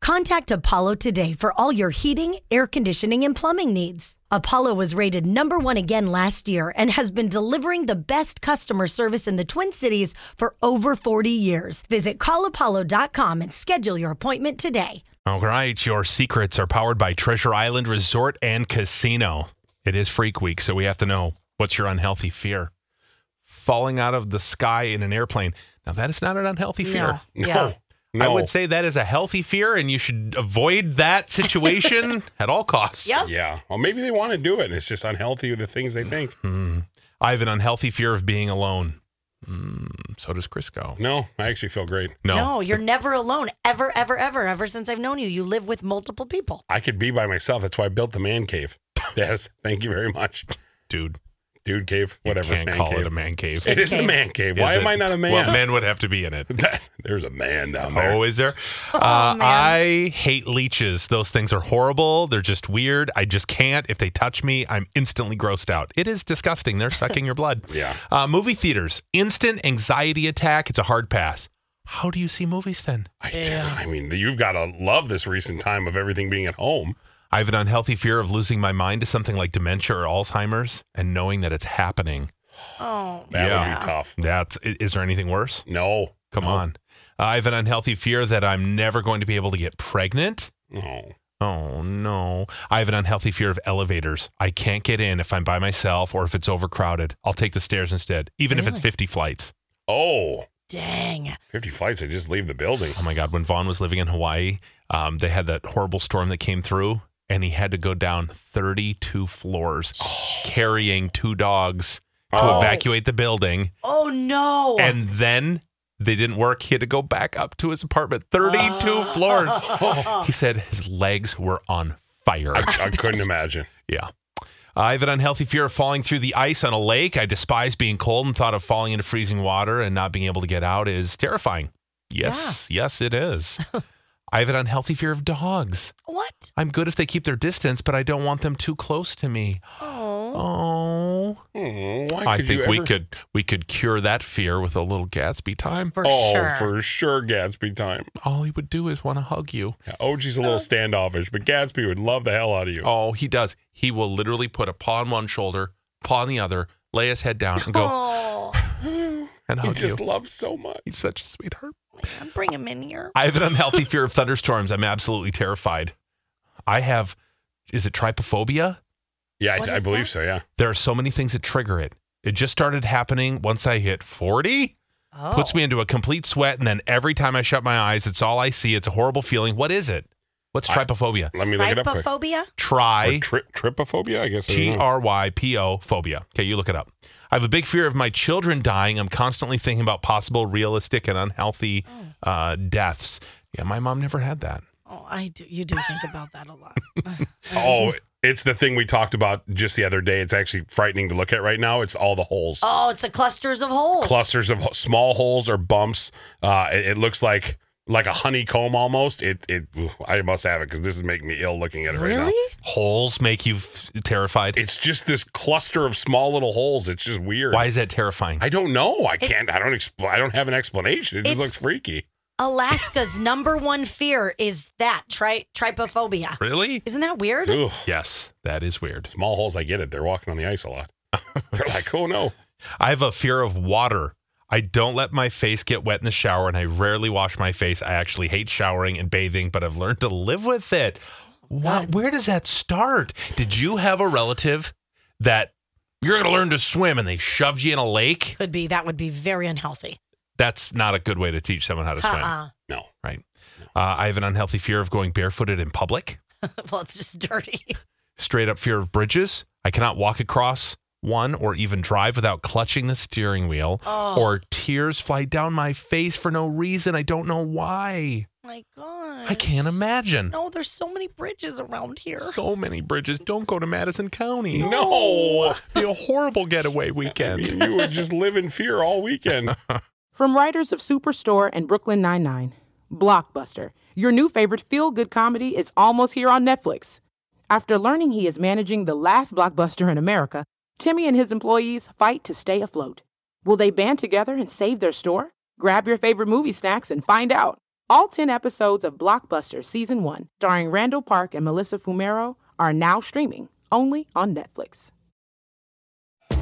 Contact Apollo today for all your heating, air conditioning, and plumbing needs. Apollo was rated number one again last year and has been delivering the best customer service in the Twin Cities for over 40 years. Visit callapollo.com and schedule your appointment today. All right, your secrets are powered by Treasure Island Resort and Casino. It is Freak Week, so we have to know what's your unhealthy fear? Falling out of the sky in an airplane. Now, that is not an unhealthy fear. No, yeah. I No. would say that is a healthy fear, and you should avoid that situation at all costs. Yep. Yeah. Well, maybe they want to do it. It's just unhealthy with the things they think. I have an unhealthy fear of being alone. Mm, so does Crisco. No, I actually feel great. No. No, you're never alone. Ever, ever, ever, ever since I've known you. You live with multiple people. I could be by myself. That's why I built the man cave. Yes. Thank you very much. dude, Dude cave, you whatever. can't man call cave. it a man cave. It is a Cave. man cave. Why Is am it? I not a man? Well, men would have to be in it. There's a man down there. Oh, is there? uh, man. I hate leeches. Those things are horrible. They're just weird. I just can't. If they touch me, I'm instantly grossed out. It is disgusting. They're sucking your blood. Yeah. Uh, movie theaters, instant anxiety attack. It's a hard pass. How do you see movies then? I, I mean, you've got to love this recent time of everything being at home. I have an unhealthy fear of losing my mind to something like dementia or Alzheimer's and knowing that it's happening. Oh, That Yeah. would be tough. That's i- is there anything worse? No. Come No. on. I have an unhealthy fear that I'm never going to be able to get pregnant. No. Oh no. I have an unhealthy fear of elevators. I can't get in if I'm by myself or if it's overcrowded. I'll take the stairs instead, even if it's Really? 50 flights. Oh, dang. 50 flights. I just leave the building. Oh my God. When Vaughn was living in Hawaii, um, they had that horrible storm that came through and he had to go down 32 floors carrying two dogs to Oh. evacuate the building. Oh, no. And then they didn't work. He had to go back up to his apartment, 32 floors. He said his legs were on fire. I, I couldn't imagine. Yeah. Uh, I have an unhealthy fear of falling through the ice on a lake. I despise being cold and thought of falling into freezing water and not being able to get out is terrifying. Yes, yes, it is. I have an unhealthy fear of dogs. what? I'm good if they keep their distance, but I don't want them too close to me. Oh. Oh, Hmm, why I could think you we ever- could we could cure that fear with a little Gatsby time. For oh, sure. for sure, Gatsby time. All he would do is want to hug you. Yeah, OG's a little standoffish, but Gatsby would love the hell out of you. Oh, he does. He will literally put a paw on one shoulder, paw on the other, lay his head down, and go Oh, and he hug you. just loves so much. He's such a sweetheart. man, bring him in here. I have an unhealthy fear of thunderstorms. I'm absolutely terrified. I have, is it trypophobia? Yeah, What I, I is believe that? so. Yeah. There are so many things that trigger it. It just started happening once I hit 40, Oh. puts me into a complete sweat. And then every time I shut my eyes, it's all I see. It's a horrible feeling. What is it? What's I- trypophobia? Let me look it up. Quick. Trypophobia? Try. Or tri- tripophobia, I guess. I don't T know. R Y P O phobia. Okay, you look it up. I have a big fear of my children dying. I'm constantly thinking about possible realistic and unhealthy uh, deaths. Yeah, my mom never had that. Oh, I do. You do think about that a lot. Oh, it's the thing we talked about just the other day. It's actually frightening to look at right now. It's all the holes, oh, it's a clusters of holes. clusters of ho- small holes or bumps. Uh, it, it looks like like a honeycomb almost. It it. ooh, I must have it because this is making me ill looking at it right now. Really? Holes make you f- terrified. It's just this cluster of small little holes. It's just weird. Why is that terrifying? I don't know. I can't. I don't. Expl- I don't have an explanation. It just It's- looks freaky. Alaska's number one fear is that tri- trypophobia. really? Isn't that weird? Ooh, Yes, that is weird. small holes. I get it. They're walking on the ice a lot. They're like, oh no. I have a fear of water. I don't let my face get wet in the shower and I rarely wash my face. I actually hate showering and bathing, but I've learned to live with it. Wow, where does that start? Did you have a relative that you're going to learn to swim and they shoved you in a lake? Could be. That would be very unhealthy. That's not a good way to teach someone how to swim, Uh-uh. No. right? Uh, I have an unhealthy fear of going barefooted in public. well, it's just dirty. straight up fear of bridges. I cannot walk across one or even drive without clutching the steering wheel. Oh. Or tears fly down my face for no reason. I don't know why. My God. I can't imagine. No, there's so many bridges around here. So many bridges. Don't go to Madison County. No. Be a horrible getaway weekend. you would just live in fear all weekend. From writers of Superstore and Brooklyn Nine-Nine, Blockbuster, your new favorite feel-good comedy is almost here on Netflix. After learning he is managing the last Blockbuster in America, Timmy and his employees fight to stay afloat. Will they band together and save their store? Grab your favorite movie snacks and find out. All 10 episodes of Blockbuster Season 1, starring Randall Park and Melissa Fumero, are now streaming only on Netflix.